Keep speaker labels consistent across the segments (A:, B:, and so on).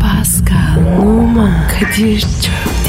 A: Pascal, Oman, Kadir çok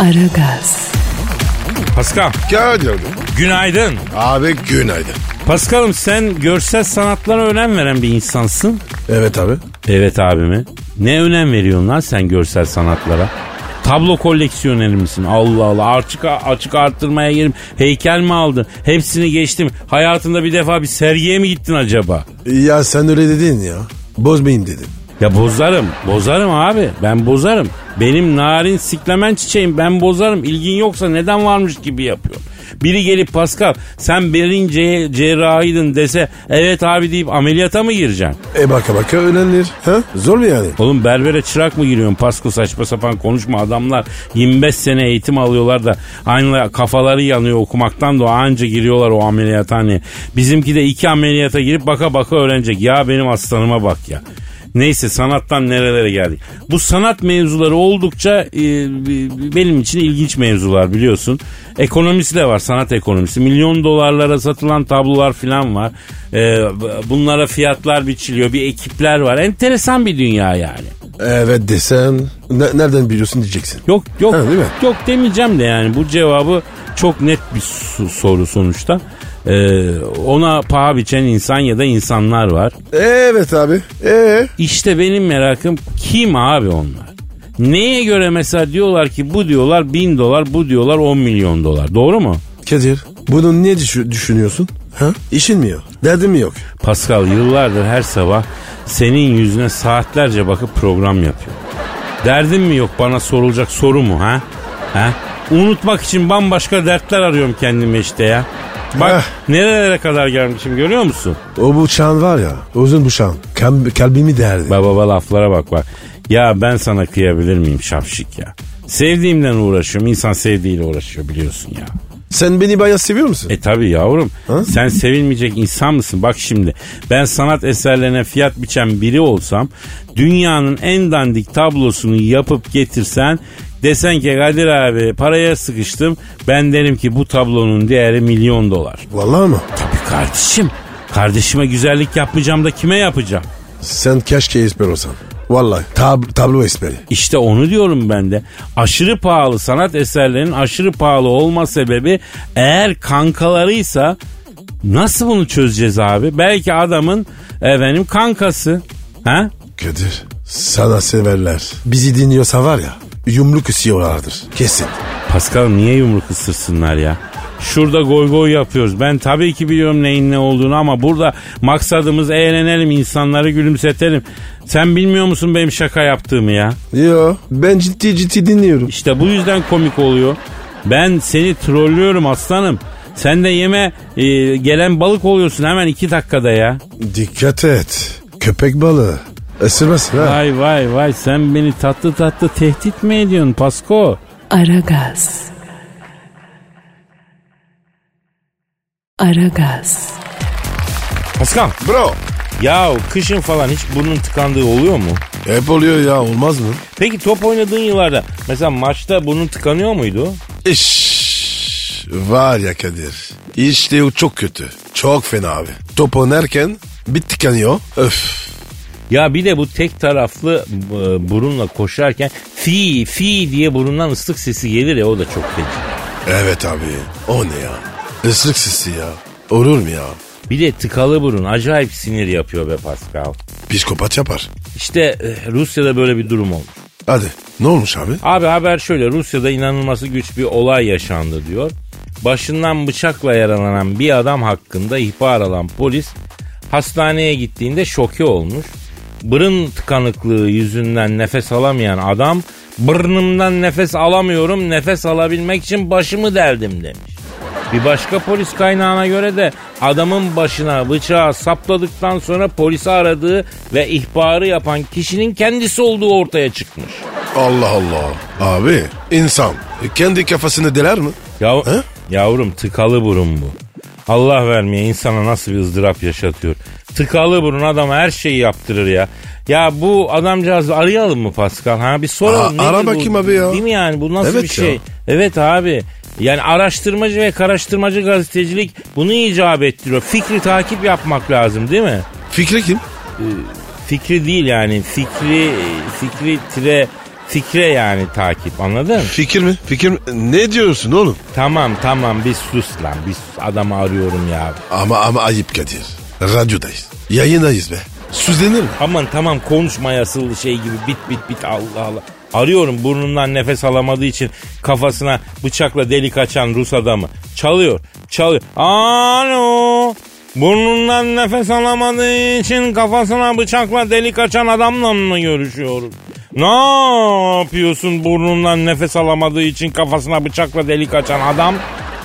A: Aragaz,
B: Pascal,
C: Gel yavrum.
B: günaydın.
C: Abi günaydın.
B: Pascal'ım sen görsel sanatlara önem veren bir insansın.
C: Evet abi.
B: Evet abimi. Ne önem veriyorsun lan sen görsel sanatlara? Tablo koleksiyoneri misin? Allah Allah açık, açık arttırmaya girip heykel mi aldın? Hepsini geçtim. Hayatında bir defa bir sergiye mi gittin acaba?
D: Ya sen öyle dedin ya. Bozmayayım dedim.
B: Ya bozarım. Bozarım abi. Ben bozarım. Benim narin siklemen çiçeğim ben bozarım. İlgin yoksa neden varmış gibi yapıyorum. Biri gelip Pascal sen berin ce- cerrahiydin dese evet abi deyip ameliyata mı gireceksin?
D: E baka baka öğrenilir. Ha? Zor mu yani?
B: Oğlum berbere çırak mı giriyorsun Pascal saçma sapan konuşma adamlar 25 sene eğitim alıyorlar da aynı kafaları yanıyor okumaktan da anca giriyorlar o ameliyathaneye. Bizimki de iki ameliyata girip baka baka öğrenecek ya benim aslanıma bak ya. Neyse sanattan nerelere geldik. Bu sanat mevzuları oldukça e, benim için ilginç mevzular biliyorsun. Ekonomisi de var sanat ekonomisi. Milyon dolarlara satılan tablolar falan var. E, bunlara fiyatlar biçiliyor. Bir ekipler var. Enteresan bir dünya yani.
D: Evet desen. Ne- nereden biliyorsun diyeceksin.
B: Yok yok
D: Ha, değil mi?
B: yok demeyeceğim de yani bu cevabı çok net bir su- soru sonuçta. E, ona paha biçen insan ya da insanlar var.
D: Evet abi. Ee?
B: İşte benim merakım kim abi onlar? Neye göre mesela diyorlar ki bu diyorlar bin dolar bu diyorlar 10 milyon dolar doğru mu?
D: Kadir bunu niye düşü- düşünüyorsun? Ha? İşin mi yok? Derdin mi yok?
B: Pascal yıllardır her sabah senin yüzüne saatlerce bakıp program yapıyor. Derdin mi yok bana sorulacak soru mu ha? Ha? Unutmak için bambaşka dertler arıyorum kendime işte ya. Bak
D: Eh.
B: nerelere kadar gelmişim görüyor musun?
D: O bıçağın var ya. Uzun bıçağın. Kalb- kalbimi derdi.
B: Baba baba laflara bak bak. Ya ben sana kıyabilir miyim şapşik ya? Sevdiğimden uğraşıyorum. İnsan sevdiğiyle uğraşıyor biliyorsun ya.
D: Sen beni bayağı seviyor musun?
B: E tabi yavrum.
D: Ha?
B: Sen sevilmeyecek insan mısın? Bak şimdi ben sanat eserlerine fiyat biçen biri olsam dünyanın en dandik tablosunu yapıp getirsen desen ki Kadir abi paraya sıkıştım ben derim ki bu tablonun değeri milyon dolar.
D: Vallahi mı?
B: Tabii kardeşim. Kardeşime güzellik yapmayacağım da kime yapacağım?
D: Sen keşke esmer olsan. Vallahi tab- tablo esmeri.
B: İşte onu diyorum ben de. Aşırı pahalı sanat eserlerinin aşırı pahalı olma sebebi eğer kankalarıysa nasıl bunu çözeceğiz abi? Belki adamın efendim kankası. Ha?
D: Kadir sana severler. Bizi dinliyorsa var ya yumruk istiyorlardır. Kesin.
B: Pascal niye yumruk ısırsınlar ya? Şurada goy goy yapıyoruz. Ben tabii ki biliyorum neyin ne olduğunu ama burada maksadımız eğlenelim, insanları gülümsetelim. Sen bilmiyor musun benim şaka yaptığımı ya?
D: Yo ben ciddi ciddi dinliyorum.
B: İşte bu yüzden komik oluyor. Ben seni trollüyorum aslanım. Sen de yeme e, gelen balık oluyorsun hemen iki dakikada ya.
D: Dikkat et. Köpek balığı. Isırmasın ha.
B: Vay vay vay sen beni tatlı tatlı tehdit mi ediyorsun Pasko?
A: Aragaz. Aragaz,
B: Paskal.
D: Bro.
B: Ya kışın falan hiç burnun tıkandığı oluyor mu?
D: Hep oluyor ya olmaz mı?
B: Peki top oynadığın yıllarda mesela maçta burnun tıkanıyor muydu?
D: İş. Var ya Kadir. İşte o çok kötü. Çok fena abi. Top oynarken bir tıkanıyor. Öf.
B: Ya bir de bu tek taraflı e, burunla koşarken fi fi diye burundan ıslık sesi gelir ya o da çok feci.
D: Evet abi. O ne ya? Islık sesi ya. Olur mu ya?
B: Bir de tıkalı burun acayip sinir yapıyor be Pascal.
D: Psikopat yapar.
B: İşte eh, Rusya'da böyle bir durum oldu.
D: Hadi. Ne olmuş abi?
B: Abi haber şöyle Rusya'da inanılması güç bir olay yaşandı diyor. Başından bıçakla yaralanan bir adam hakkında ihbar alan polis hastaneye gittiğinde şoke olmuş. Burun tıkanıklığı yüzünden nefes alamayan adam burnumdan nefes alamıyorum nefes alabilmek için başımı deldim demiş. Bir başka polis kaynağına göre de adamın başına bıçağı sapladıktan sonra polisi aradığı ve ihbarı yapan kişinin kendisi olduğu ortaya çıkmış.
D: Allah Allah. Abi insan e, kendi kafasını deler mi?
B: Yav-
D: He?
B: Yavrum tıkalı burun bu. Allah vermeye insana nasıl bir ızdırap yaşatıyor. Tıkalı burun adam her şeyi yaptırır ya. Ya bu adamcağız arayalım mı Pascal? Ha bir soralım.
D: Aa,
B: nedir
D: ara
B: bu?
D: bakayım abi ya.
B: Değil mi yani bu nasıl
D: Evet
B: bir
D: ya.
B: şey? Evet abi. Yani araştırmacı ve karıştırmacı gazetecilik bunu icap ettiriyor. Fikri takip yapmak lazım değil mi?
D: Fikri kim?
B: Fikri değil yani fikri fikri tire fikre yani takip anladın?
D: Fikir mi? Fikir mi? Ne diyorsun oğlum?
B: Tamam tamam bir sus lan bir sus adamı arıyorum ya.
D: Ama ama ayıp Kadir. Radyodayız. Yayındayız be. Süzlenir mi?
B: Aman tamam konuşma yasıldı şey gibi bit bit bit Allah Allah. Arıyorum burnundan nefes alamadığı için kafasına bıçakla delik açan Rus adamı. Çalıyor çalıyor. Alo burnundan nefes alamadığı için kafasına bıçakla delik açan adamla mı görüşüyoruz? Ne yapıyorsun burnundan nefes alamadığı için kafasına bıçakla delik açan adam?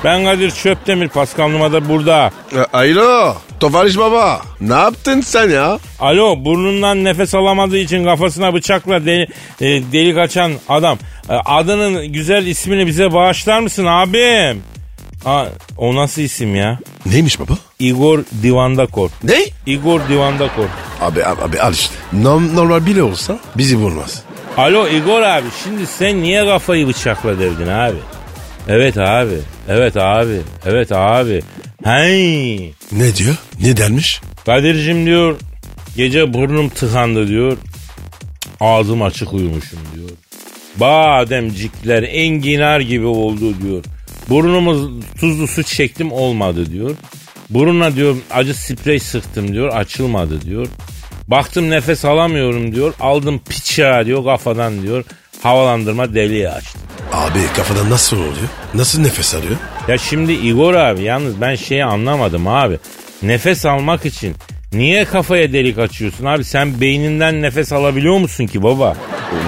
B: Ben Kadir Çöptemir Paskal Numa'da burada.
D: Alo. Tovarış E, baba. Ne yaptın sen ya?
B: Alo burnundan nefes alamadığı için kafasına bıçakla deli, e, delik açan adam. E, adının güzel ismini bize bağışlar mısın abim? Aa, o nasıl isim ya?
D: Neymiş baba?
B: Igor Divandakor.
D: Ne?
B: Igor Divandakor.
D: Abi abi, abi al işte. Nom- normal bile olsa bizi vurmaz.
B: Alo Igor abi şimdi sen niye kafayı bıçakla derdin abi? Evet abi. Evet abi. Evet abi. Hey.
D: Ne diyor? Ne denmiş?
B: Kadir'cim diyor gece burnum tıkandı diyor. Cık, Ağzım açık uyumuşum diyor. Bademcikler enginar gibi oldu diyor. Burnumuz tuzlu su çektim olmadı diyor. Buruna diyor acı sprey sıktım diyor açılmadı diyor. Baktım nefes alamıyorum diyor. Aldım piçağı diyor kafadan diyor. Havalandırma deliği açtı.
D: Abi kafadan nasıl oluyor? Nasıl nefes alıyor?
B: Ya şimdi Igor abi yalnız ben şeyi anlamadım abi. Nefes almak için niye kafaya delik açıyorsun abi? Sen beyninden nefes alabiliyor musun ki baba?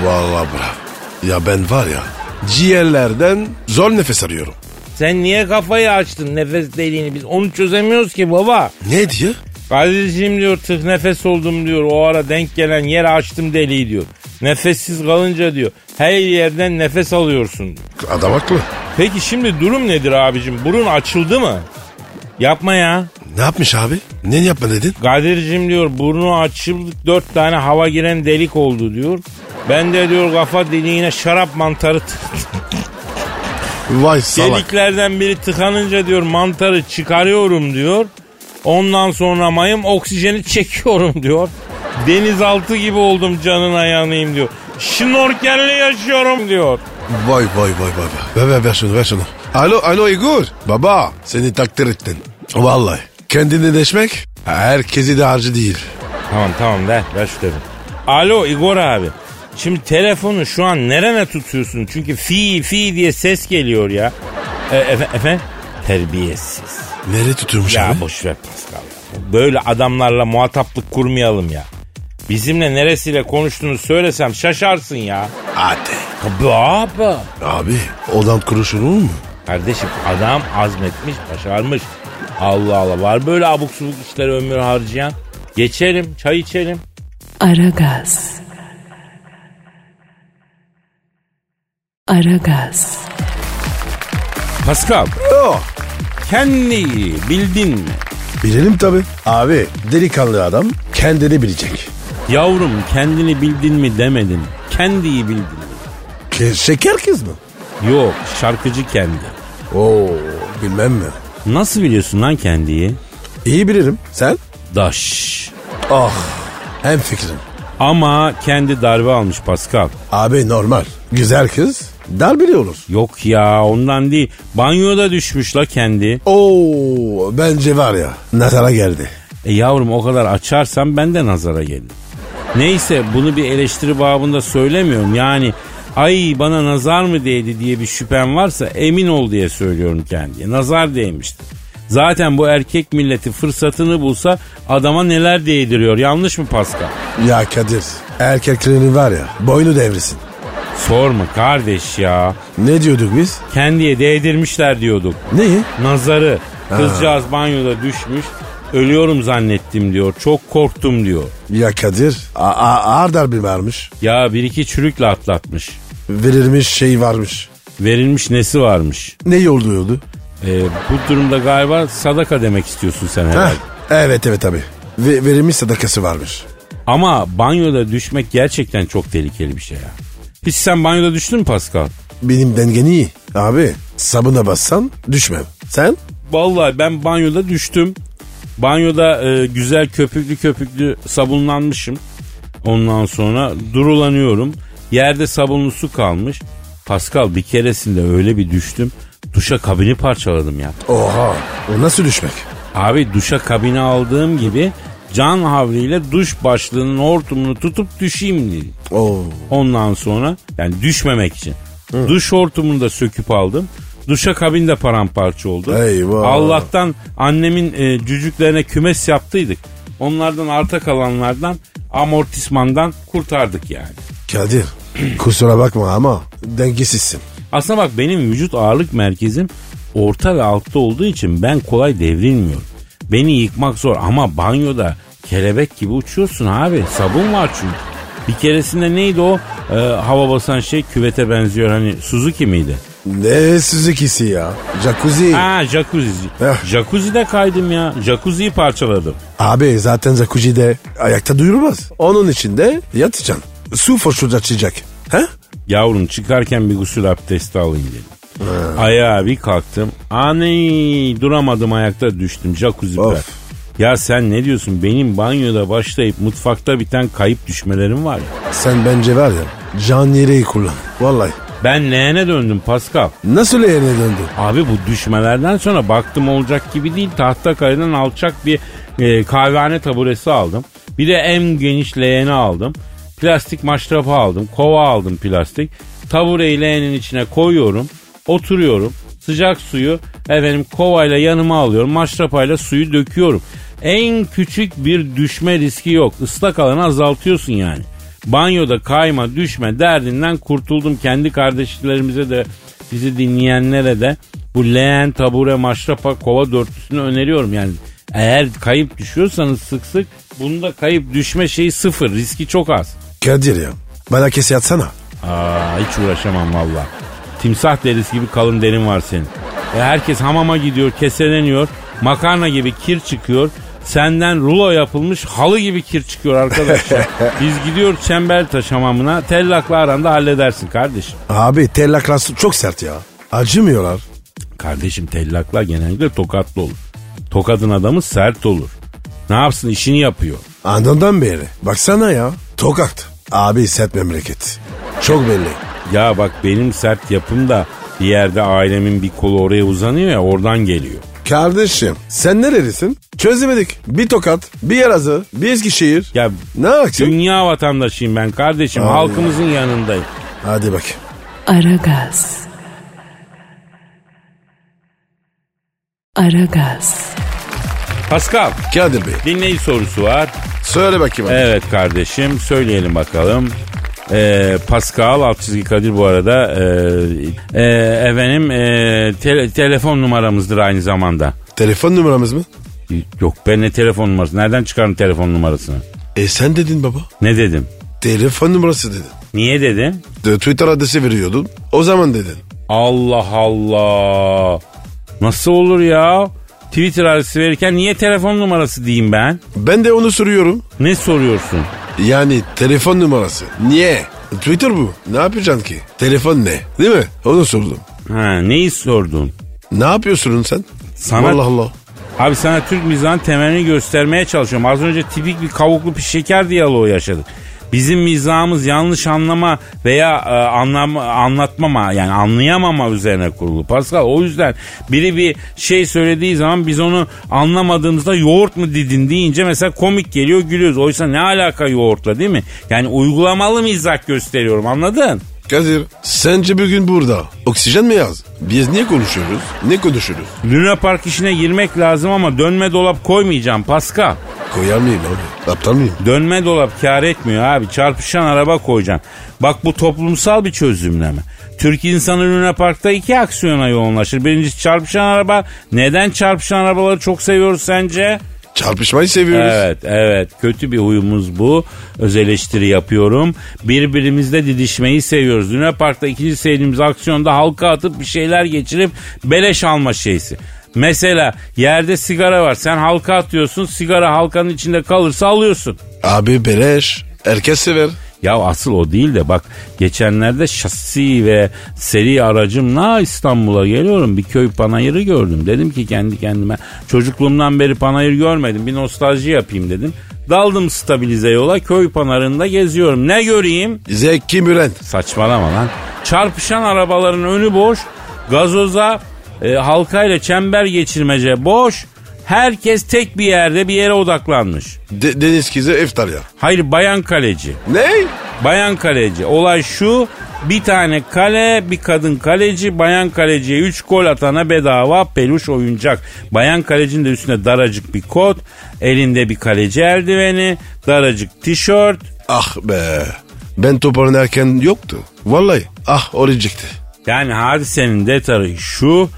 D: Vallahi bravo. Ya ben var ya ciğerlerden zor nefes arıyorum.
B: Sen niye kafayı açtın nefes deliğini? Biz onu çözemiyoruz ki baba.
D: Ne diyor?
B: Kardeşim diyor tık nefes oldum diyor. O ara denk gelen yere açtım deliği diyor. Nefessiz kalınca diyor. Her yerden nefes alıyorsun diyor.
D: Adam haklı.
B: Peki şimdi durum nedir abicim? Burun açıldı mı? Yapma ya.
D: Ne yapmış abi? Ne yapma dedin?
B: Kadir'cim diyor burnu açıldı dört tane hava giren delik oldu diyor. Ben de diyor kafa deliğine şarap mantarı tık-
D: Vay salak.
B: deliklerden biri tıkanınca diyor mantarı çıkarıyorum diyor. Ondan sonra mayım oksijeni çekiyorum diyor. Denizaltı gibi oldum canına yanayım diyor. Şnorkelli yaşıyorum diyor.
D: Vay vay vay vay. vay. Ver ver ver şunu ver şunu. Alo alo Igor. Baba seni takdir ettin. Vallahi kendini deşmek herkesi de harcı değil.
B: Tamam tamam ver ver şu telefonu. Alo Igor abi. Şimdi telefonu şu an nerene tutuyorsun? Çünkü fi fi diye ses geliyor ya. E, efe, efe? Terbiyesiz.
D: Nereye tutuyormuş
B: Ya
D: abi?
B: boş ver Pascal ya. Böyle adamlarla muhataplık kurmayalım ya. Bizimle neresiyle konuştuğunu söylesem şaşarsın ya.
D: Hadi.
B: Tabii abi.
D: Abi odan kuruşulur mu?
B: Kardeşim adam azmetmiş, başarmış. Allah Allah var böyle abuk subuk işlere ömür harcayan. Geçelim, çay içelim.
A: Aragaz. Aragaz.
B: Pascal,
C: Yo.
B: kendiyi bildin mi?
C: Bilelim tabi. Abi delikanlı adam kendini bilecek.
B: Yavrum kendini bildin mi demedin. Kendiyi bildin mi?
C: Ke- şeker kız mı?
B: Yok şarkıcı kendi.
C: Oo bilmem mi?
B: Nasıl biliyorsun lan kendiyi?
C: İyi bilirim. Sen?
B: Daş.
C: Ah hem fikrim.
B: Ama kendi darbe almış Pascal.
C: Abi normal. Güzel kız. Dar bile olur.
B: Yok ya ondan değil. Banyoda düşmüş la kendi.
C: Oo bence var ya nazara geldi.
B: E yavrum o kadar açarsam ben de nazara gelin. Neyse bunu bir eleştiri babında söylemiyorum. Yani ay bana nazar mı değdi diye bir şüphem varsa emin ol diye söylüyorum kendiye. Nazar değmişti. Zaten bu erkek milleti fırsatını bulsa adama neler değdiriyor. Yanlış mı Pascal?
C: Ya Kadir erkeklerin var ya boynu devrisin.
B: Sorma kardeş ya.
C: Ne diyorduk biz?
B: Kendiye değdirmişler diyorduk.
C: Neyi?
B: Nazarı. Kızcağız banyoda düşmüş. Ölüyorum zannettim diyor. Çok korktum diyor.
C: Ya Kadir a- a- ağır darbe vermiş.
B: Ya bir iki çürükle atlatmış.
C: Verilmiş şey varmış.
B: Verilmiş nesi varmış?
C: Ne yolluyordu?
B: Ee, bu durumda galiba sadaka demek istiyorsun sen herhalde.
C: Heh, Evet evet tabi. Ve, verilmiş sadakası varmış.
B: Ama banyoda düşmek gerçekten çok tehlikeli bir şey ya. Hiç sen banyoda düştün mü Pascal?
C: Benim dengeni iyi. Abi sabuna bassan düşmem. Sen?
B: Vallahi ben banyoda düştüm. Banyoda e, güzel köpüklü köpüklü sabunlanmışım. Ondan sonra durulanıyorum. Yerde sabunlu su kalmış. Pascal bir keresinde öyle bir düştüm. Duşa kabini parçaladım ya.
C: Oha o nasıl düşmek?
B: Abi duşa kabini aldığım gibi can havliyle duş başlığının hortumunu tutup düşeyim dedim.
C: Oo.
B: Ondan sonra yani düşmemek için. Duş hortumunu da söküp aldım. Duşa kabin de paramparça oldu.
C: Eyvah.
B: Allah'tan annemin e, cücüklerine kümes yaptıydık. Onlardan arta kalanlardan amortismandan kurtardık yani.
C: Kadir kusura bakma ama dengesizsin.
B: Aslında bak benim vücut ağırlık merkezim orta ve altta olduğu için ben kolay devrilmiyorum. Beni yıkmak zor ama banyoda kelebek gibi uçuyorsun abi. Sabun var çünkü. Bir keresinde neydi o e, hava basan şey küvete benziyor hani Suzuki miydi?
C: Ne Suzuki'si ya? Jacuzzi.
B: Ha jacuzzi.
C: Eh.
B: Jacuzzi'de kaydım ya. Jacuzzi'yi parçaladım.
C: Abi zaten jacuzzi'de ayakta duyurmaz. Onun içinde yatacaksın. Su foşur açacak. He?
B: Yavrum çıkarken bir gusül abdesti alayım dedim. Ayağa bir kalktım. Aney duramadım ayakta düştüm. Jacuzzi
C: Of.
B: bırak. Ya sen ne diyorsun? Benim banyoda başlayıp mutfakta biten kayıp düşmelerim var ya.
C: Sen bence var ya can yeleği kullan. Vallahi.
B: Ben leğene döndüm Pascal.
C: Nasıl yerine döndü?
B: Abi bu düşmelerden sonra baktım olacak gibi değil. Tahta kaydan alçak bir e, kahvehane taburesi aldım. Bir de en geniş leğeni aldım. Plastik maşrapa aldım. Kova aldım plastik. Tabureyi leğenin içine koyuyorum. Oturuyorum. Sıcak suyu efendim kovayla yanıma alıyorum. Maşrapayla suyu döküyorum. En küçük bir düşme riski yok. Islak alanı azaltıyorsun yani. Banyoda kayma düşme derdinden kurtuldum. Kendi kardeşlerimize de bizi dinleyenlere de bu leğen, tabure, maşrapa, kova dörtlüsünü öneriyorum yani. Eğer kayıp düşüyorsanız sık sık bunda kayıp düşme şeyi sıfır. Riski çok az.
C: Kadir ya bana kes yatsana.
B: Aa, hiç uğraşamam valla. Timsah derisi gibi kalın derin var senin. E, herkes hamama gidiyor, keseleniyor. Makarna gibi kir çıkıyor. Senden rulo yapılmış halı gibi kir çıkıyor arkadaşlar. Biz gidiyoruz Çembertaş hamamına. Tellakla aranda halledersin kardeşim.
C: Abi tellaklar çok sert ya. Acımıyorlar.
B: Kardeşim tellaklar genellikle tokatlı olur. Tokadın adamı sert olur. Ne yapsın işini yapıyor.
C: Anından beri. Baksana ya. Tokat. Abi sert memleket. Çok belli.
B: Ya bak benim sert yapım da bir yerde ailemin bir kolu oraya uzanıyor ya oradan geliyor.
C: Kardeşim sen nerelisin? Çözemedik. Bir tokat, bir yarazı, bir Eskişehir.
B: Ya
C: Ne yapacaksın?
B: dünya vatandaşıyım ben kardeşim
C: Ay.
B: halkımızın yanındayım.
C: Hadi bak.
A: Aragaz. Aragaz.
B: Pascal
C: Kadir Bey
B: dinleyici sorusu var.
C: söyle bakayım. abi.
B: Evet kardeşim söyleyelim bakalım. Ee, Pascal alt çizgi Kadir bu arada ee, ee, efendim ee, te- telefon numaramızdır aynı zamanda.
C: Telefon numaramız mı?
B: Yok ben ne telefon numarası? Nereden çıkardın telefon numarasını?
D: E sen dedin baba.
B: Ne dedim?
D: Telefon numarası dedin.
B: Niye dedim?
D: De, Twitter adresi veriyordun. O zaman dedin.
B: Allah Allah. Nasıl olur ya? Twitter adresi verirken niye telefon numarası diyeyim ben?
D: Ben de onu soruyorum.
B: Ne soruyorsun?
D: Yani telefon numarası. Niye? Twitter bu. Ne yapacaksın ki? Telefon ne? Değil mi? Onu sordum.
B: Ha, neyi sordun?
D: Ne yapıyorsun sen?
B: Sana-
D: Allah Allah.
B: Abi sana Türk mizahının temelini göstermeye çalışıyorum. Az önce tipik bir kavuklu bir şeker diyaloğu yaşadık. Bizim mizahımız yanlış anlama veya e, anlam, anlatmama yani anlayamama üzerine kurulu. Pascal o yüzden biri bir şey söylediği zaman biz onu anlamadığımızda yoğurt mu didin deyince mesela komik geliyor gülüyoruz. Oysa ne alaka yoğurtla değil mi? Yani uygulamalı mizah gösteriyorum anladın?
D: Kadir sence bugün burada oksijen mi yaz? Biz niye konuşuyoruz? Ne konuşuyoruz?
B: Luna Park işine girmek lazım ama dönme dolap koymayacağım Pascal.
D: Koyar mıyım abi? Aptal mıyım?
B: Dönme dolap kar etmiyor abi. Çarpışan araba koyacaksın. Bak bu toplumsal bir çözümleme. Türk insanı Luna Park'ta iki aksiyona yoğunlaşır. Birincisi çarpışan araba. Neden çarpışan arabaları çok seviyoruz sence?
D: Çarpışmayı seviyoruz.
B: Evet evet kötü bir huyumuz bu. Öz eleştiri yapıyorum. Birbirimizle didişmeyi seviyoruz. Luna Park'ta ikinci sevdiğimiz aksiyonda halka atıp bir şeyler geçirip beleş alma şeysi. Mesela yerde sigara var. Sen halka atıyorsun. Sigara halkanın içinde kalırsa alıyorsun.
D: Abi beleş. Herkes sever.
B: Ya asıl o değil de bak geçenlerde şasi ve seri aracımla İstanbul'a geliyorum. Bir köy panayırı gördüm. Dedim ki kendi kendime çocukluğumdan beri panayır görmedim. Bir nostalji yapayım dedim. Daldım stabilize yola köy panarında geziyorum. Ne göreyim?
D: Zeki Müren.
B: Saçmalama lan. Çarpışan arabaların önü boş. Gazoza e, halkayla çember geçirmece boş. Herkes tek bir yerde bir yere odaklanmış.
D: De- Deniz Kize iftar ya.
B: Hayır bayan kaleci.
D: Ne?
B: Bayan kaleci. Olay şu. Bir tane kale, bir kadın kaleci, bayan kaleciye 3 gol atana bedava peluş oyuncak. Bayan kalecinin de üstünde daracık bir kot, elinde bir kaleci eldiveni, daracık tişört.
D: Ah be. Ben top oynarken yoktu. Vallahi ah olacaktı.
B: Yani hadisenin detayı şu.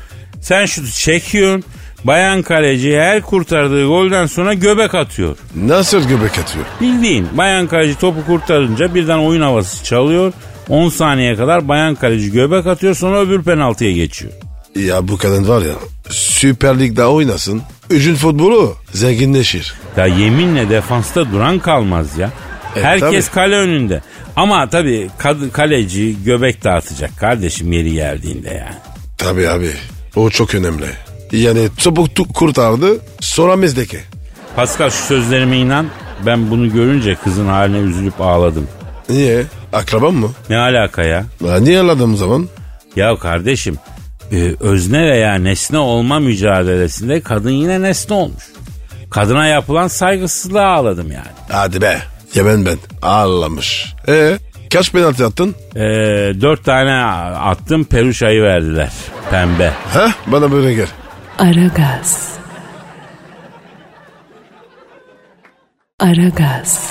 B: Sen şutu çekiyorsun. Bayan kaleci her kurtardığı golden sonra göbek atıyor.
D: Nasıl göbek atıyor?
B: Bildiğin bayan kaleci topu kurtarınca birden oyun havası çalıyor. 10 saniye kadar bayan kaleci göbek atıyor sonra öbür penaltıya geçiyor.
D: Ya bu kadın var ya Süper Lig'de oynasın. Üçün futbolu zenginleşir.
B: Ya yeminle defansta duran kalmaz ya.
D: E,
B: Herkes
D: tabii.
B: kale önünde. Ama tabii kad- kaleci göbek dağıtacak kardeşim yeri geldiğinde yani.
D: Tabii abi o çok önemli. Yani topu tu- kurtardı sonra mezdeki.
B: Pascal şu sözlerime inan. Ben bunu görünce kızın haline üzülüp ağladım.
D: Niye? Akraban mı?
B: Ne alaka ya?
D: Ha, niye anladığım zaman?
B: Ya kardeşim e, özne veya nesne olma mücadelesinde kadın yine nesne olmuş. Kadına yapılan saygısızlığa ağladım yani.
D: Hadi be. Yemen ben. Ağlamış. E kaç penaltı attın?
B: E, dört tane attım peruşayı verdiler. Pembe.
D: Ha? Bana böyle gel.
A: Aragaz. Aragaz.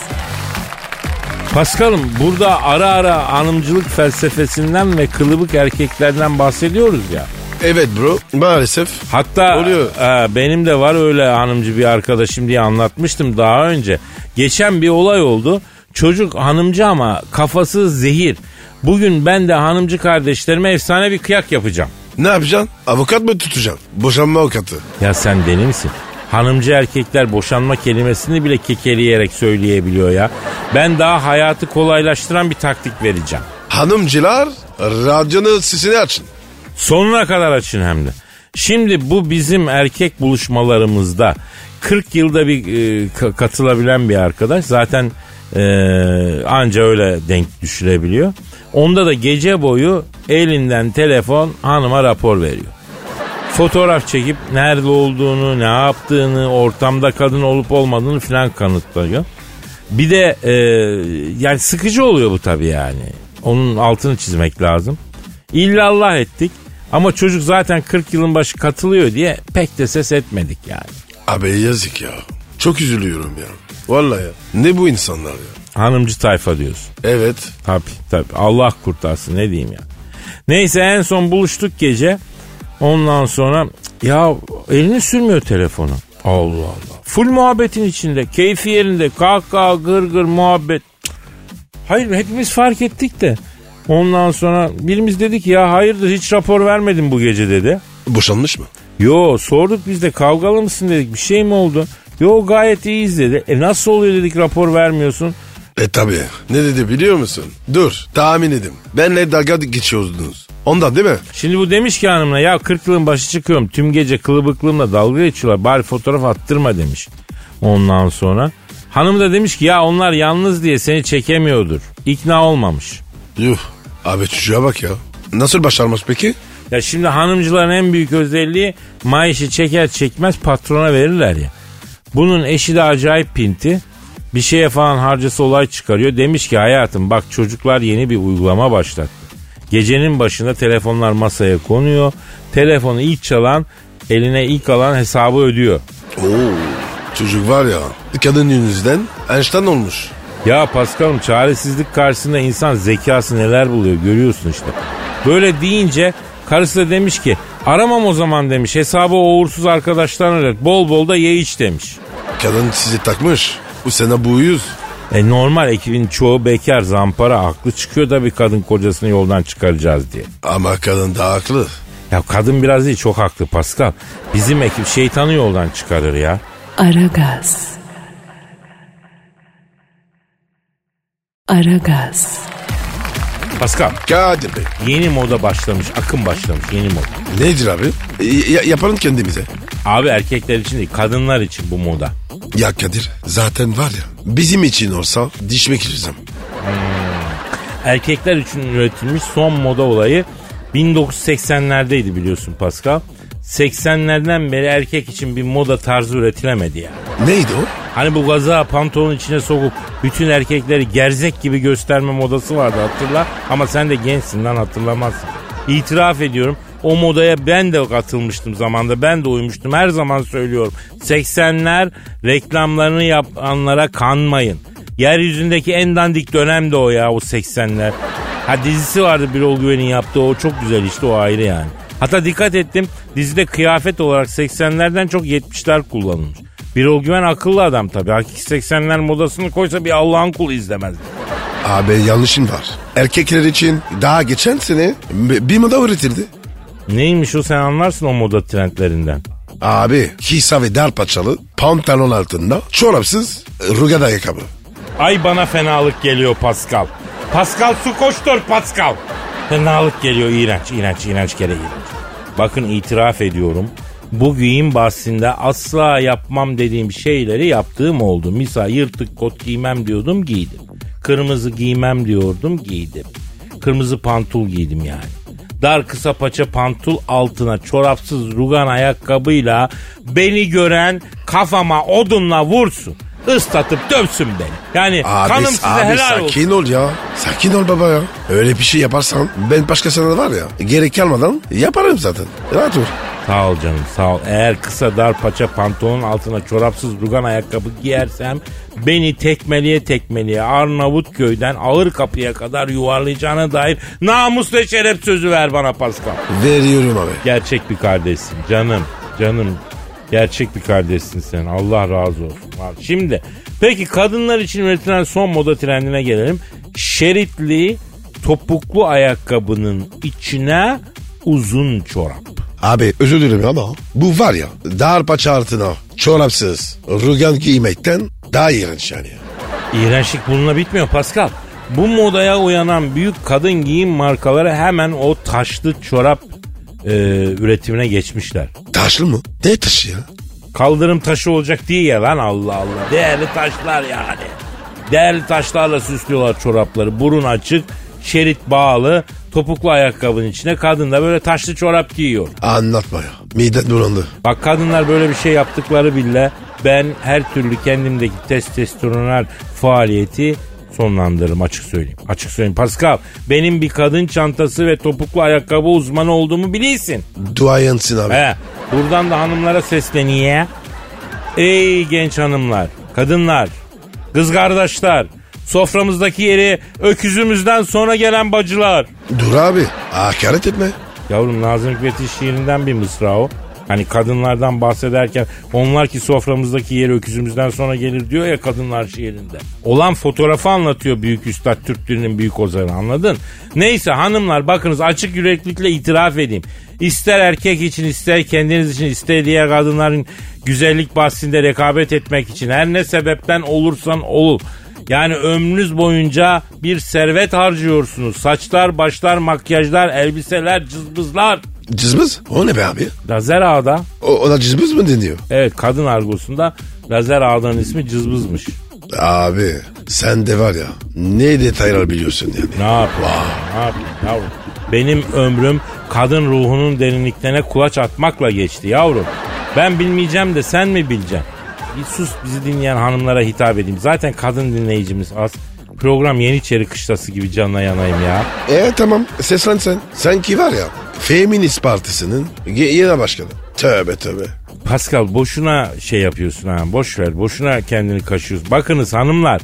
B: Paskal'ım burada ara ara hanımcılık felsefesinden ve kılıbık erkeklerden bahsediyoruz ya.
D: Evet bro. Maalesef.
B: Hatta
D: Oluyor.
B: e, benim de var öyle hanımcı bir arkadaşım diye anlatmıştım daha önce. Geçen bir olay oldu. Çocuk hanımcı ama kafası zehir. Bugün ben de hanımcı kardeşlerime efsane bir kıyak yapacağım.
D: Ne yapacaksın? Avukat mı tutacaksın? Boşanma avukatı.
B: Ya sen deli misin? Hanımcı erkekler boşanma kelimesini bile kekeleyerek söyleyebiliyor ya. Ben daha hayatı kolaylaştıran bir taktik vereceğim.
D: Hanımcılar radyonun sesini açın.
B: Sonuna kadar açın hem de. Şimdi bu bizim erkek buluşmalarımızda 40 yılda bir e, ka- katılabilen bir arkadaş. Zaten e, anca öyle denk düşürebiliyor. Onda da gece boyu elinden telefon hanıma rapor veriyor. Fotoğraf çekip nerede olduğunu, ne yaptığını, ortamda kadın olup olmadığını filan kanıtlıyor. Bir de e, yani sıkıcı oluyor bu tabii yani. Onun altını çizmek lazım. İllallah ettik ama çocuk zaten 40 yılın başı katılıyor diye pek de ses etmedik yani.
D: Abi yazık ya. Çok üzülüyorum ya. Vallahi ya. Ne bu insanlar ya?
B: Hanımcı tayfa diyorsun.
D: Evet.
B: Tabii tabii Allah kurtarsın ne diyeyim ya. Neyse en son buluştuk gece. Ondan sonra ya elini sürmüyor telefonu. Allah Allah. Full muhabbetin içinde, keyfi yerinde, kahkaha, gırgır, muhabbet. Hayır hepimiz fark ettik de. Ondan sonra birimiz dedi ki ya hayırdır hiç rapor vermedim bu gece dedi.
D: Boşanmış mı?
B: Yo sorduk biz de kavgalı mısın dedik bir şey mi oldu? Yo gayet iyiyiz dedi. E nasıl oluyor dedik rapor vermiyorsun.
D: E tabi. Ne dedi biliyor musun? Dur tahmin edim. Benle dalga geçiyordunuz. Ondan değil mi?
B: Şimdi bu demiş ki hanımına ya 40 yılın başı çıkıyorum tüm gece kılıbıklığımla dalga geçiyorlar bari fotoğraf attırma demiş. Ondan sonra hanım da demiş ki ya onlar yalnız diye seni çekemiyordur. İkna olmamış.
D: Yuh. Abi çocuğa bak ya. Nasıl başarmış peki?
B: Ya şimdi hanımcıların en büyük özelliği maaşı çeker çekmez patrona verirler ya. Bunun eşi de acayip pinti. Bir şeye falan harcası olay çıkarıyor. Demiş ki hayatım bak çocuklar yeni bir uygulama başlattı. Gecenin başında telefonlar masaya konuyor. Telefonu ilk çalan eline ilk alan hesabı ödüyor.
D: Oo. Çocuk var ya kadın yüzünden Einstein olmuş.
B: Ya Paskal'ım çaresizlik karşısında insan zekası neler buluyor görüyorsun işte. Böyle deyince karısı da demiş ki aramam o zaman demiş hesabı o uğursuz arkadaştan öğret bol bol da ye iç demiş.
D: Kadın sizi takmış. Bu sene bu uyuz.
B: E normal ekibin çoğu bekar zampara haklı çıkıyor da bir kadın kocasını yoldan çıkaracağız diye.
D: Ama kadın da haklı.
B: Ya kadın biraz değil çok haklı Pascal. Bizim ekip şeytanı yoldan çıkarır ya.
A: Aragaz. Aragaz.
B: Pascal
D: Kadir Bey.
B: yeni moda başlamış akım başlamış yeni moda.
D: Nedir abi? Ya- yapalım kendimize.
B: Abi erkekler için değil kadınlar için bu moda.
D: Ya Kadir zaten var ya bizim için olsa dişmek lazım.
B: erkekler için üretilmiş son moda olayı 1980'lerdeydi biliyorsun Pascal. 80'lerden beri erkek için bir moda tarzı üretilemedi yani.
D: Neydi o?
B: Hani bu gaza pantolonun içine sokup bütün erkekleri gerzek gibi gösterme modası vardı hatırla. Ama sen de gençsin lan hatırlamazsın. İtiraf ediyorum o modaya ben de katılmıştım zamanda ben de uymuştum her zaman söylüyorum. 80'ler reklamlarını yapanlara kanmayın. Yeryüzündeki en dandik dönem de o ya o 80'ler. Ha dizisi vardı Birol Güven'in yaptığı o çok güzel işte o ayrı yani. Hatta dikkat ettim dizide kıyafet olarak 80'lerden çok 70'ler kullanılmış. Birol Güven akıllı adam tabii. Hakiki 80'ler modasını koysa bir Allah'ın kulu izlemez.
D: Abi yanlışın var. Erkekler için daha geçen sene bi- bir moda üretildi.
B: Neymiş o sen anlarsın o moda trendlerinden.
D: Abi hisa ve dar paçalı pantolon altında çorapsız rugada ayakkabı.
B: Ay bana fenalık geliyor Pascal. Pascal su koştur Pascal. Fenalık geliyor iğrenç iğrenç iğrenç kere iğrenç. Bakın itiraf ediyorum. Bu giyim bahsinde asla yapmam dediğim şeyleri yaptığım oldu. Misal yırtık kot giymem diyordum giydim. Kırmızı giymem diyordum giydim. Kırmızı pantul giydim yani. Dar kısa paça pantul altına çorapsız rugan ayakkabıyla beni gören kafama odunla vursun. Islatıp dövsün beni. Yani
D: Abi,
B: kanım size
D: abi
B: helal olsun.
D: sakin ol ya. Sakin ol baba ya. Öyle bir şey yaparsan ben başkasına var ya gerek kalmadan yaparım zaten. Rahat ol.
B: Sağ ol canım sağ ol. Eğer kısa dar paça pantolonun altına çorapsız rugan ayakkabı giyersem beni tekmeliye tekmeliye Arnavutköy'den ağır kapıya kadar yuvarlayacağına dair namus ve şeref sözü ver bana Pascal.
D: Veriyorum abi.
B: Gerçek bir kardeşsin canım canım. Gerçek bir kardeşsin sen Allah razı olsun. Var. Şimdi peki kadınlar için üretilen son moda trendine gelelim. Şeritli topuklu ayakkabının içine uzun çorap.
D: Abi özür dilerim ama bu var ya dar paça altına çorapsız rugan giymekten daha iğrenç yani.
B: İğrençlik bununla bitmiyor Pascal. Bu modaya uyanan büyük kadın giyim markaları hemen o taşlı çorap e, üretimine geçmişler.
D: Taşlı mı? Ne taşı ya?
B: Kaldırım taşı olacak diye ya lan Allah Allah. Değerli taşlar yani. Değerli taşlarla süslüyorlar çorapları. Burun açık, şerit bağlı, topuklu ayakkabının içine kadın da böyle taşlı çorap giyiyor.
D: Anlatma ya. Midem bulandı.
B: Bak kadınlar böyle bir şey yaptıkları bile ben her türlü kendimdeki testosteronal faaliyeti sonlandırırım açık söyleyeyim. Açık söyleyeyim Pascal benim bir kadın çantası ve topuklu ayakkabı uzmanı olduğumu bilirsin.
D: Duayensin abi.
B: He, buradan da hanımlara sesleniyor. Ey genç hanımlar, kadınlar, kız kardeşler, soframızdaki yeri öküzümüzden sonra gelen bacılar.
D: Dur abi. Hakaret etme.
B: Yavrum Nazım Hikmet'in şiirinden bir mısra o. Hani kadınlardan bahsederken onlar ki soframızdaki yeri öküzümüzden sonra gelir diyor ya kadınlar şiirinde. Olan fotoğrafı anlatıyor büyük üstad Türk dilinin büyük ozanı anladın? Neyse hanımlar bakınız açık yüreklilikle itiraf edeyim. İster erkek için ister kendiniz için ister diğer kadınların güzellik bahsinde rekabet etmek için her ne sebepten olursan ol. Yani ömrünüz boyunca bir servet harcıyorsunuz. Saçlar, başlar, makyajlar, elbiseler, cızbızlar.
D: Cızbız? O ne be abi?
B: Lazer ağda.
D: O, ona cızbız mı deniyor?
B: Evet kadın argosunda lazer ağdanın ismi cızbızmış.
D: Abi sen de var ya ne detaylar biliyorsun yani.
B: Ne yapayım? Ne yapayım yavrum? Benim ömrüm kadın ruhunun derinliklerine kulaç atmakla geçti yavrum. Ben bilmeyeceğim de sen mi bileceksin? Bir sus bizi dinleyen hanımlara hitap edeyim. Zaten kadın dinleyicimiz az. Program Yeniçeri Kışlası gibi canına yanayım ya.
D: E tamam seslen sen. Sanki var ya Feminist Partisi'nin ge- yeni başkanı. Tövbe tövbe.
B: Pascal boşuna şey yapıyorsun ha. Boş ver. Boşuna kendini kaşıyorsun. Bakınız hanımlar.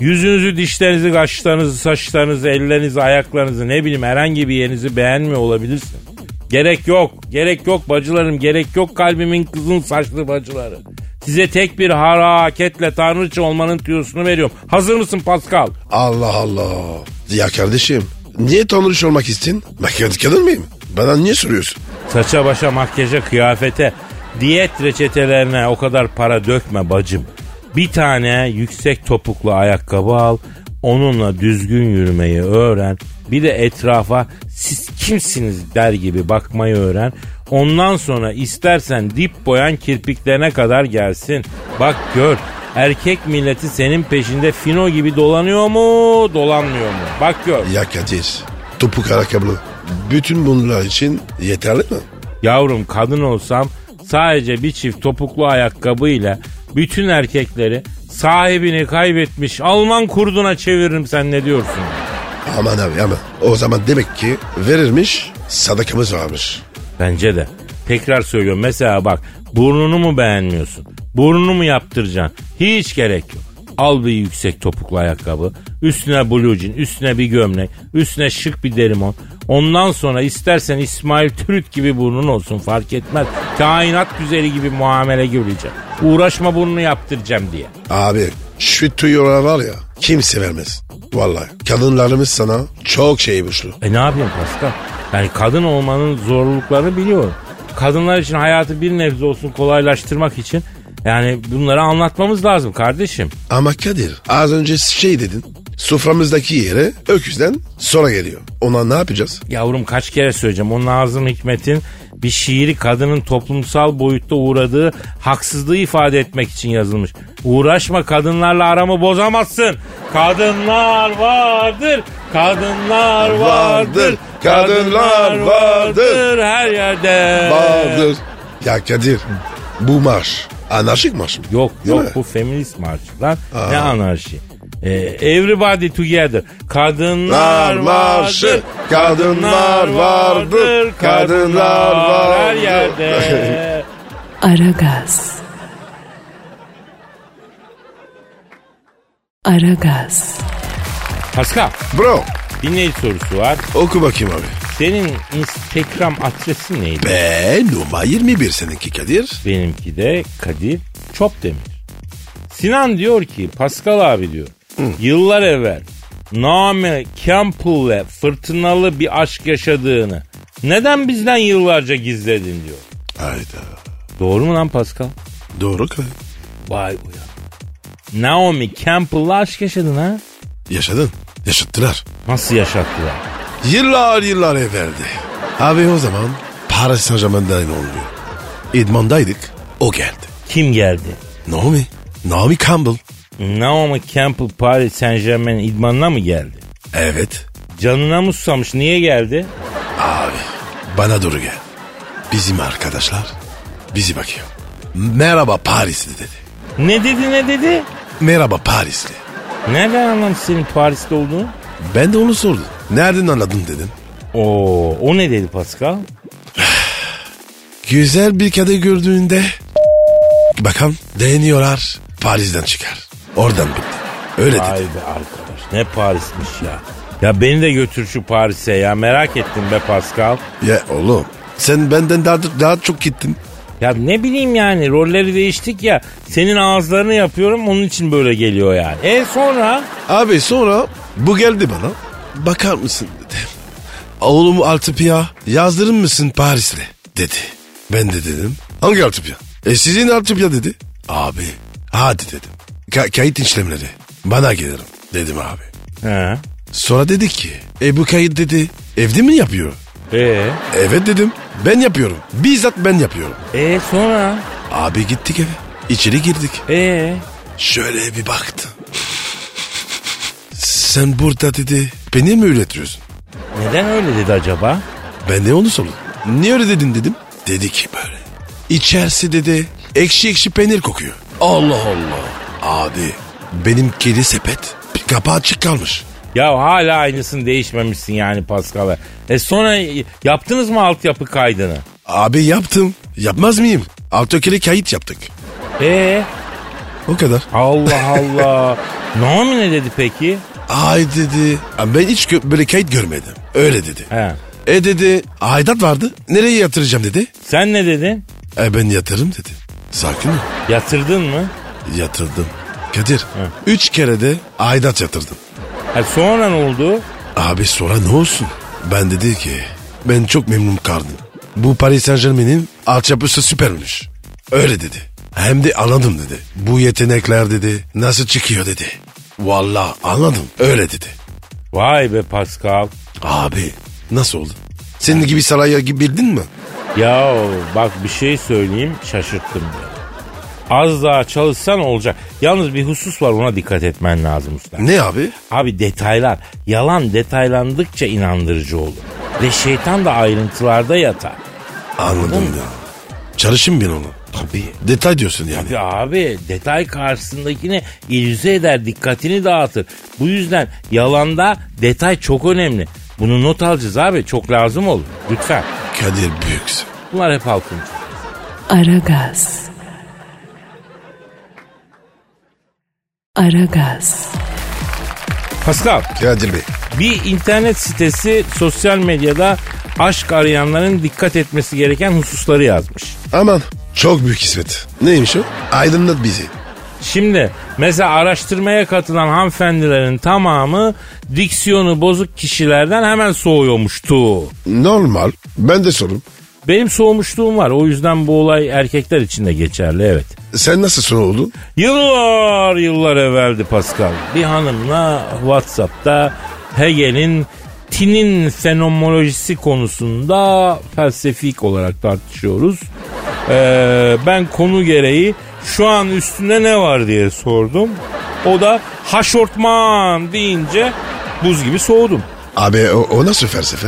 B: Yüzünüzü, dişlerinizi, kaşlarınızı, saçlarınızı, ellerinizi, ayaklarınızı ne bileyim herhangi bir yerinizi beğenmiyor olabilirsin. Gerek yok. Gerek yok bacılarım. Gerek yok kalbimin kızın saçlı bacıları. Size tek bir hareketle tanrıça olmanın tüyosunu veriyorum. Hazır mısın Pascal?
D: Allah Allah. Ya kardeşim niye tanrıç olmak istin? Ben kadın mıyım? Bana niye soruyorsun?
B: Saça başa makyaja kıyafete diyet reçetelerine o kadar para dökme bacım. Bir tane yüksek topuklu ayakkabı al. Onunla düzgün yürümeyi öğren. Bir de etrafa siz kimsiniz der gibi bakmayı öğren. Ondan sonra istersen dip boyan kirpiklerine kadar gelsin. Bak gör erkek milleti senin peşinde fino gibi dolanıyor mu dolanmıyor mu? Bak gör.
D: Ya Kadir topuk ayakkabı. Bütün bunlar için yeterli mi?
B: Yavrum kadın olsam sadece bir çift topuklu ayakkabıyla bütün erkekleri sahibini kaybetmiş Alman kurduna çeviririm sen ne diyorsun?
D: Aman abi aman. O zaman demek ki verirmiş sadakamız varmış.
B: Bence de. Tekrar söylüyorum mesela bak burnunu mu beğenmiyorsun? Burnunu mu yaptıracaksın? Hiç gerek yok. Al bir yüksek topuklu ayakkabı, üstüne blue jean, üstüne bir gömlek, üstüne şık bir derimon. Ondan sonra istersen İsmail Türüt gibi burnun olsun fark etmez. Kainat güzeli gibi muamele göreceksin. Uğraşma burnunu yaptıracağım diye.
D: Abi şu tüyolar var ya kimse vermez. Vallahi kadınlarımız sana çok şey borçlu.
B: E ne yapayım Pascal? Yani kadın olmanın zorluklarını biliyorum. Kadınlar için hayatı bir nebze olsun kolaylaştırmak için yani bunları anlatmamız lazım kardeşim.
D: Ama Kadir az önce şey dedin. Soframızdaki yere öküzden sonra geliyor. Ona ne yapacağız?
B: Yavrum kaç kere söyleyeceğim o Nazım Hikmet'in bir şiiri kadının toplumsal boyutta uğradığı haksızlığı ifade etmek için yazılmış. Uğraşma kadınlarla aramı bozamazsın. Kadınlar vardır, kadınlar vardır, kadınlar vardır her yerde.
D: Vardır. Ya Kadir bu marş anarşik marş mı?
B: Yok
D: Değil
B: yok
D: mi?
B: bu feminist marşı lan. Ne anarşi. Ee, everybody together. Kadınlar
D: Kadınlar marşı,
B: marşı.
D: kadınlar vardır, kadınlar
B: Her
D: vardır.
B: yerde.
A: Aragaz. Aragaz.
B: Pascal
D: Bro
B: dinleyici sorusu var.
D: oku bakayım abi.
B: Senin Instagram adresin neydi?
D: Be numara 21 seninki Kadir.
B: Benimki de Kadir Çopdemir. Sinan diyor ki Pascal abi diyor. Yıllar evvel Naomi Campbell'le fırtınalı bir aşk yaşadığını neden bizden yıllarca gizledin diyor.
D: Hayda.
B: Doğru mu lan Pascal?
D: Doğru Kadir.
B: Vay uyan. Naomi Campbell'la aşk yaşadın ha?
D: Yaşadın. Yaşattılar.
B: Nasıl yaşattılar?
D: Yıllar yıllar evveldi. Abi o zaman Paris Saint Germain'den oluyor. İdmandaydık. O geldi.
B: Kim geldi?
D: Naomi. Naomi Campbell.
B: Naomi Campbell Paris Saint Germain idmanına mı geldi?
D: Evet.
B: Canına mı susamış? Niye geldi?
D: Abi bana doğru gel. Bizim arkadaşlar bizi bakıyor. Merhaba Parisli dedi.
B: Ne dedi ne dedi?
D: Merhaba Parisli.
B: Nereden anlamış senin Paris'te olduğunu?
D: Ben de onu sordum. Nereden anladın dedim.
B: Oo, o ne dedi Pascal?
D: Güzel bir kadın gördüğünde bakan deniyorlar Paris'ten çıkar. Oradan bitti. Öyle
B: Vay
D: dedi.
B: be arkadaş ne Paris'miş ya. Ya beni de götür şu Paris'e ya merak ettim be Pascal.
D: Ya oğlum sen benden daha, daha çok gittin.
B: Ya ne bileyim yani rolleri değiştik ya. Senin ağızlarını yapıyorum onun için böyle geliyor yani. E sonra?
D: Abi sonra bu geldi bana. Bakar mısın dedi. Oğlum Altıpya yazdırır mısın Paris'le dedi. Ben de dedim. Hangi Altıpya? E sizin Altıpya dedi. Abi hadi dedim. Ka- kayıt işlemleri bana gelirim dedim abi.
B: He.
D: Sonra dedi ki e bu kayıt dedi evde mi yapıyor?
B: E,
D: Evet dedim ben yapıyorum. Bizzat ben yapıyorum.
B: e sonra?
D: Abi gittik eve. İçeri girdik.
B: E,
D: Şöyle bir baktı. Sen burada dedi beni mi üretiyorsun?
B: neden öyle dedi acaba?
D: Ben de onu sordum. Niye öyle dedin dedim. Dedi ki böyle. İçerisi dedi ekşi ekşi peynir kokuyor. Allah Allah. Abi benim kedi sepet bir kapağı açık kalmış.
B: Ya hala aynısın değişmemişsin yani Pascal'a. E sonra yaptınız mı altyapı kaydını?
D: Abi yaptım. Yapmaz mıyım? Altökeli kayıt yaptık.
B: Ee
D: O kadar.
B: Allah Allah. Naomi ne dedi peki?
D: Ay dedi. "Ya Ben hiç gö- böyle kayıt görmedim. Öyle dedi.
B: He.
D: E dedi. Aidat vardı. Nereye yatıracağım dedi.
B: Sen ne dedin?
D: E ben yatırım dedi. Sakin ol.
B: Yatırdın mı?
D: Yatırdım. Kadir. Üç kere de aidat yatırdım.
B: Ha, sonra ne oldu?
D: Abi sonra ne olsun? Ben dedi ki ben çok memnun kaldım. Bu Paris Saint Germain'in altyapısı süpermiş. Öyle dedi. Hem de anladım dedi. Bu yetenekler dedi nasıl çıkıyor dedi. Vallahi anladım öyle dedi.
B: Vay be Pascal.
D: Abi nasıl oldu? Senin gibi saraya gibi bildin mi?
B: Ya bak bir şey söyleyeyim şaşırttım beni. Az daha çalışsan olacak. Yalnız bir husus var ona dikkat etmen lazım usta.
D: Ne abi?
B: Abi detaylar, yalan detaylandıkça inandırıcı olur. Ve şeytan da ayrıntılarda yatar.
D: Anladım ya. Çalışayım ben onu. Tabii. Detay diyorsun yani.
B: Ya abi detay karşısındakini illüze eder, dikkatini dağıtır. Bu yüzden yalanda detay çok önemli. Bunu not alacağız abi çok lazım olur. Lütfen.
D: Kadir büyüksün.
B: Bunlar hep halkın.
A: Aragaz. Aragaz.
B: Pascal
D: Kadir Bey.
B: bir internet sitesi sosyal medyada aşk arayanların dikkat etmesi gereken hususları yazmış.
D: Aman çok büyük ismet. Neymiş o? Aydınlat bizi.
B: Şimdi mesela araştırmaya katılan hanımefendilerin tamamı diksiyonu bozuk kişilerden hemen soğuyormuştu.
D: Normal. Ben de sorum.
B: Benim soğumuşluğum var. O yüzden bu olay erkekler için de geçerli evet.
D: Sen nasıl soru oldun?
B: Yıllar yıllar evveldi Pascal. Bir hanımla Whatsapp'ta Hegel'in tinin fenomenolojisi konusunda felsefik olarak tartışıyoruz. Ee, ben konu gereği şu an üstünde ne var diye sordum. O da haşortman deyince buz gibi soğudum.
D: Abi o, o nasıl felsefe?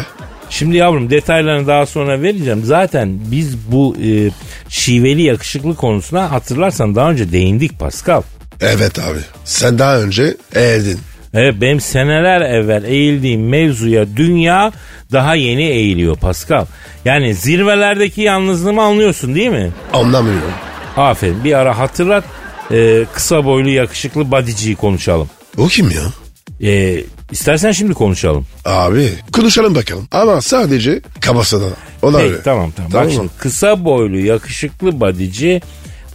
B: Şimdi yavrum detaylarını daha sonra vereceğim. Zaten biz bu e, şiveli yakışıklı konusuna hatırlarsan daha önce değindik Pascal.
D: Evet abi. Sen daha önce eğildin.
B: Evet benim seneler evvel eğildiğim mevzuya dünya daha yeni eğiliyor Pascal. Yani zirvelerdeki yalnızlığımı anlıyorsun değil mi?
D: Anlamıyorum.
B: Aferin bir ara hatırlat e, kısa boylu yakışıklı badiciyi konuşalım.
D: O kim ya?
B: E, istersen şimdi konuşalım.
D: Abi konuşalım bakalım. Ama sadece kabasada. Ona
B: Peki,
D: öyle.
B: tamam tamam.
D: Tamam
B: Bak
D: mı?
B: şimdi kısa boylu yakışıklı badici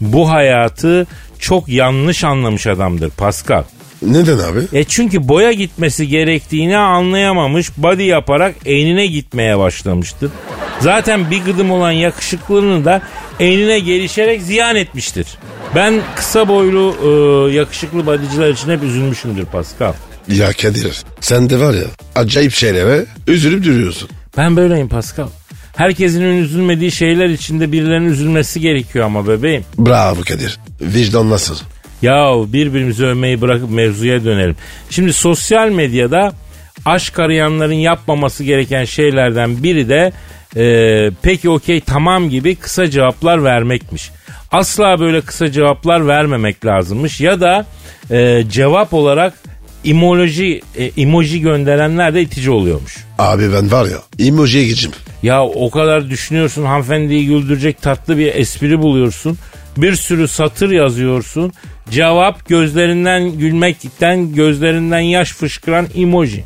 B: bu hayatı çok yanlış anlamış adamdır Pascal.
D: Neden abi?
B: E çünkü boya gitmesi gerektiğini anlayamamış body yaparak enine gitmeye başlamıştır. Zaten bir gıdım olan yakışıklılığını da enine gelişerek ziyan etmiştir. Ben kısa boylu e, yakışıklı badiciler için hep üzülmüşümdür Pascal.
D: Ya Kadir sen de var ya acayip şeylere üzülüp duruyorsun.
B: Ben böyleyim Pascal. Herkesin üzülmediği şeyler içinde birilerinin üzülmesi gerekiyor ama bebeğim.
D: Bravo Kadir. Vicdan nasıl?
B: Ya birbirimizi övmeyi bırakıp mevzuya dönelim. Şimdi sosyal medyada aşk arayanların yapmaması gereken şeylerden biri de e, peki okey tamam gibi kısa cevaplar vermekmiş. Asla böyle kısa cevaplar vermemek lazımmış ya da e, cevap olarak emoji e, emoji gönderenler de itici oluyormuş.
D: Abi ben var ya emojiye gideceğim.
B: Ya o kadar düşünüyorsun hanımefendiyi güldürecek tatlı bir espri buluyorsun. Bir sürü satır yazıyorsun. Cevap gözlerinden gülmekten gözlerinden yaş fışkıran emoji.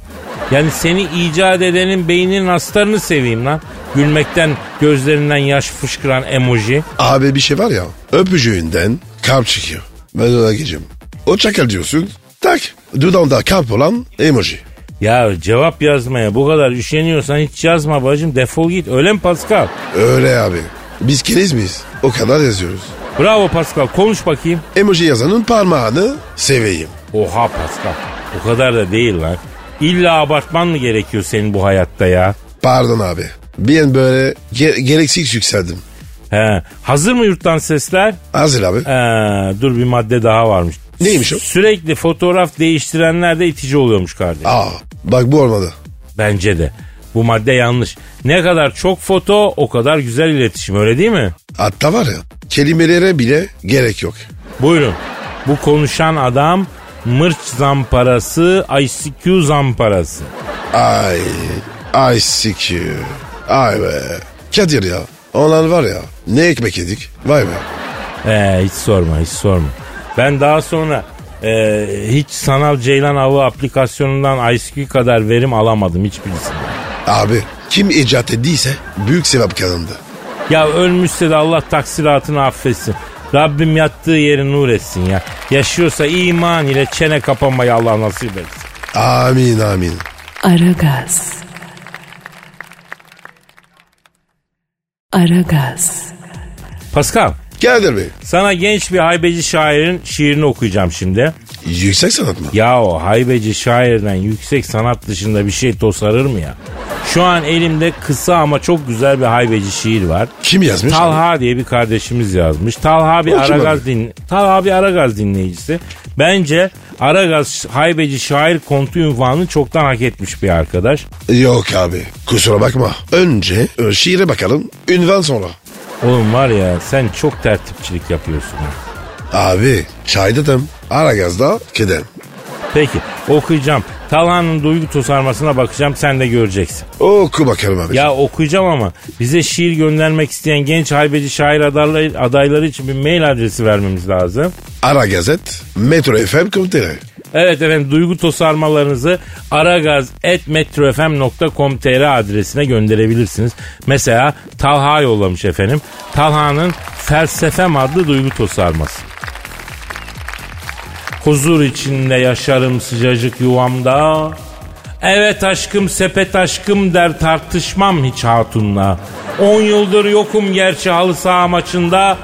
B: Yani seni icat edenin beyninin astarını seveyim lan. Gülmekten gözlerinden yaş fışkıran emoji.
D: Abi bir şey var ya öpücüğünden kalp çıkıyor. Ben ona gideceğim. O çakal diyorsun. Tak dudağında kalp olan emoji.
B: Ya cevap yazmaya bu kadar üşeniyorsan hiç yazma bacım defol git öyle mi Pascal?
D: Öyle abi. Biz keriz miyiz? O kadar yazıyoruz.
B: Bravo Pascal konuş bakayım.
D: Emoji yazanın parmağını seveyim.
B: Oha Pascal. O kadar da değil lan. İlla abartman mı gerekiyor senin bu hayatta ya?
D: Pardon abi. Bir an böyle ge- gereksiz yükseldim.
B: He. Hazır mı yurttan sesler?
D: Hazır abi.
B: Ee, dur bir madde daha varmış.
D: Neymiş o?
B: Sürekli fotoğraf değiştirenler de itici oluyormuş kardeşim.
D: Aa bak bu olmadı.
B: Bence de. Bu madde yanlış. Ne kadar çok foto o kadar güzel iletişim öyle değil mi?
D: Hatta var ya kelimelere bile gerek yok.
B: Buyurun. Bu konuşan adam mırç zamparası, ICQ zamparası.
D: Ay, ay sikiyim. Ay be. Kadir ya. Onlar var ya ne ekmek yedik. Vay be.
B: Ee, hiç sorma hiç sorma. Ben daha sonra e, hiç sanal ceylan avı aplikasyonundan ICQ kadar verim alamadım hiçbirisinden.
D: Abi kim icat ettiyse büyük sevap kazandı.
B: Ya ölmüşse de Allah taksiratını affetsin. Rabbim yattığı yeri nur etsin ya. Yaşıyorsa iman ile çene kapanmayı Allah nasip etsin.
D: Amin amin.
A: Aragaz. Aragaz.
B: Pascal
D: Kadir Bey
B: sana genç bir haybeci şairin şiirini okuyacağım şimdi.
D: yüksek sanat mı?
B: Ya o haybeci şairden yüksek sanat dışında bir şey tosarır mı ya? Şu an elimde kısa ama çok güzel bir haybeci şiir var.
D: Kim yazmış?
B: Talha diye bir kardeşimiz yazmış. Talha bir
D: O kim
B: Aragaz din Talha bir Aragaz dinleyicisi. Bence Aragaz haybeci şair kontu ünvanını çoktan hak etmiş bir arkadaş.
D: Yok abi kusura bakma. Önce e, şiire bakalım ünvan sonra.
B: Oğlum var ya sen çok tertipçilik yapıyorsun. ha.
D: Abi çay dedim. Ara gazda kedem.
B: Peki okuyacağım. Talha'nın duygu tosarmasına bakacağım sen de göreceksin.
D: Oku bakalım abi.
B: Ya okuyacağım ama bize şiir göndermek isteyen genç haybeci şair adayları, adayları için bir mail adresi vermemiz lazım.
D: Ara gazet Metro FM komiteri.
B: Evet efendim duygu tosarmalarınızı aragaz.metrofm.com.tr adresine gönderebilirsiniz. Mesela Talha yollamış efendim. Talha'nın Felsefem adlı duygu tosarması. Huzur içinde yaşarım sıcacık yuvamda. Evet aşkım sepet aşkım der tartışmam hiç hatunla. 10 yıldır yokum gerçi halı saha maçında.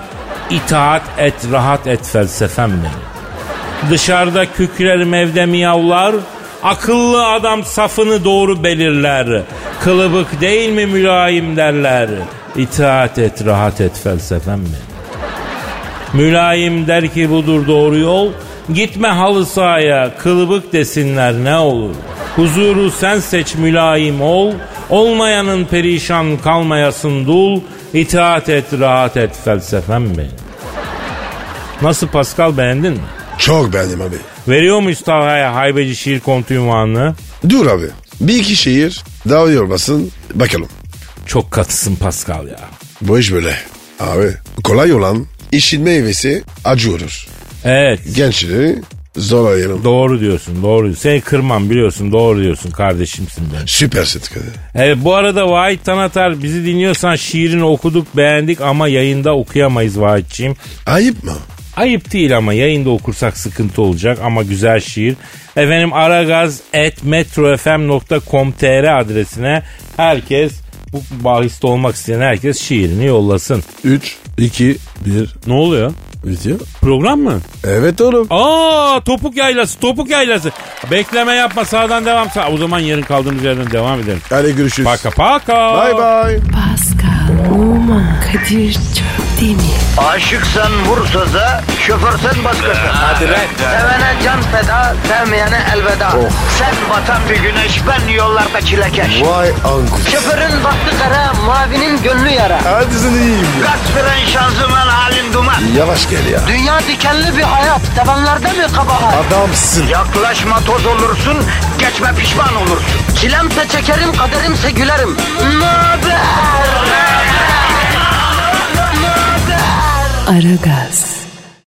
B: İtaat et rahat et felsefem benim. Dışarıda kükrerim evde miyavlar. Akıllı adam safını doğru belirler. Kılıbık değil mi mülayim derler. İtaat et rahat et felsefem mi? Mülayim der ki budur doğru yol. Gitme halı sahaya kılıbık desinler ne olur. Huzuru sen seç mülayim ol. Olmayanın perişan kalmayasın dul. İtaat et rahat et felsefem mi? Nasıl Pascal beğendin mi?
D: Çok beğendim abi.
B: Veriyor muyuz Talha'ya haybeci şiir kontu ünvanını?
D: Dur abi. Bir iki şiir daha yormasın. Bakalım.
B: Çok katısın Pascal ya.
D: Bu iş böyle. Abi kolay olan işin meyvesi acı olur.
B: Evet.
D: Gençleri zor ayırın.
B: Doğru diyorsun doğru. Seni kırmam biliyorsun doğru diyorsun kardeşimsin ben.
D: Süpersin Kadir.
B: Evet bu arada Vahit Tanatar bizi dinliyorsan şiirini okuduk beğendik ama yayında okuyamayız Vahit'ciğim.
D: Ayıp mı?
B: Ayıp değil ama yayında okursak sıkıntı olacak ama güzel şiir. Efendim aragaz.metrofm.com.tr adresine herkes bu bahiste olmak isteyen herkes şiirini yollasın.
C: 3, 2, 1,
B: Ne oluyor?
C: bitiyor.
B: Program mı?
C: Evet oğlum.
B: Aa topuk yaylası topuk yaylası. Bekleme yapma sağdan devam. Sağ. O zaman yarın kaldığımız yerden devam edelim.
C: Hadi görüşürüz.
B: Paka paka.
D: Bay bay.
A: Pascal, Oman, Kadir çok değil mi?
E: Aşıksan vursa da, şoförsen başkasın. Hadi Sevene can feda, sevmeyene elveda. Sen batan bir güneş, ben yollarda çilekeş.
D: Vay anku.
E: Şoförün baktı kara, mavinin gönlü yara.
D: Hadi sen iyiyim ya.
E: Kasperen şanzıman halin duman.
D: Yavaş gel ya.
E: Dünya dikenli bir hayat, sevenlerde mi kabahar?
D: Adamsın.
E: Yaklaşma toz olursun, geçme pişman olursun. Çilemse çekerim, kaderimse gülerim. Möber!
A: Aragaz.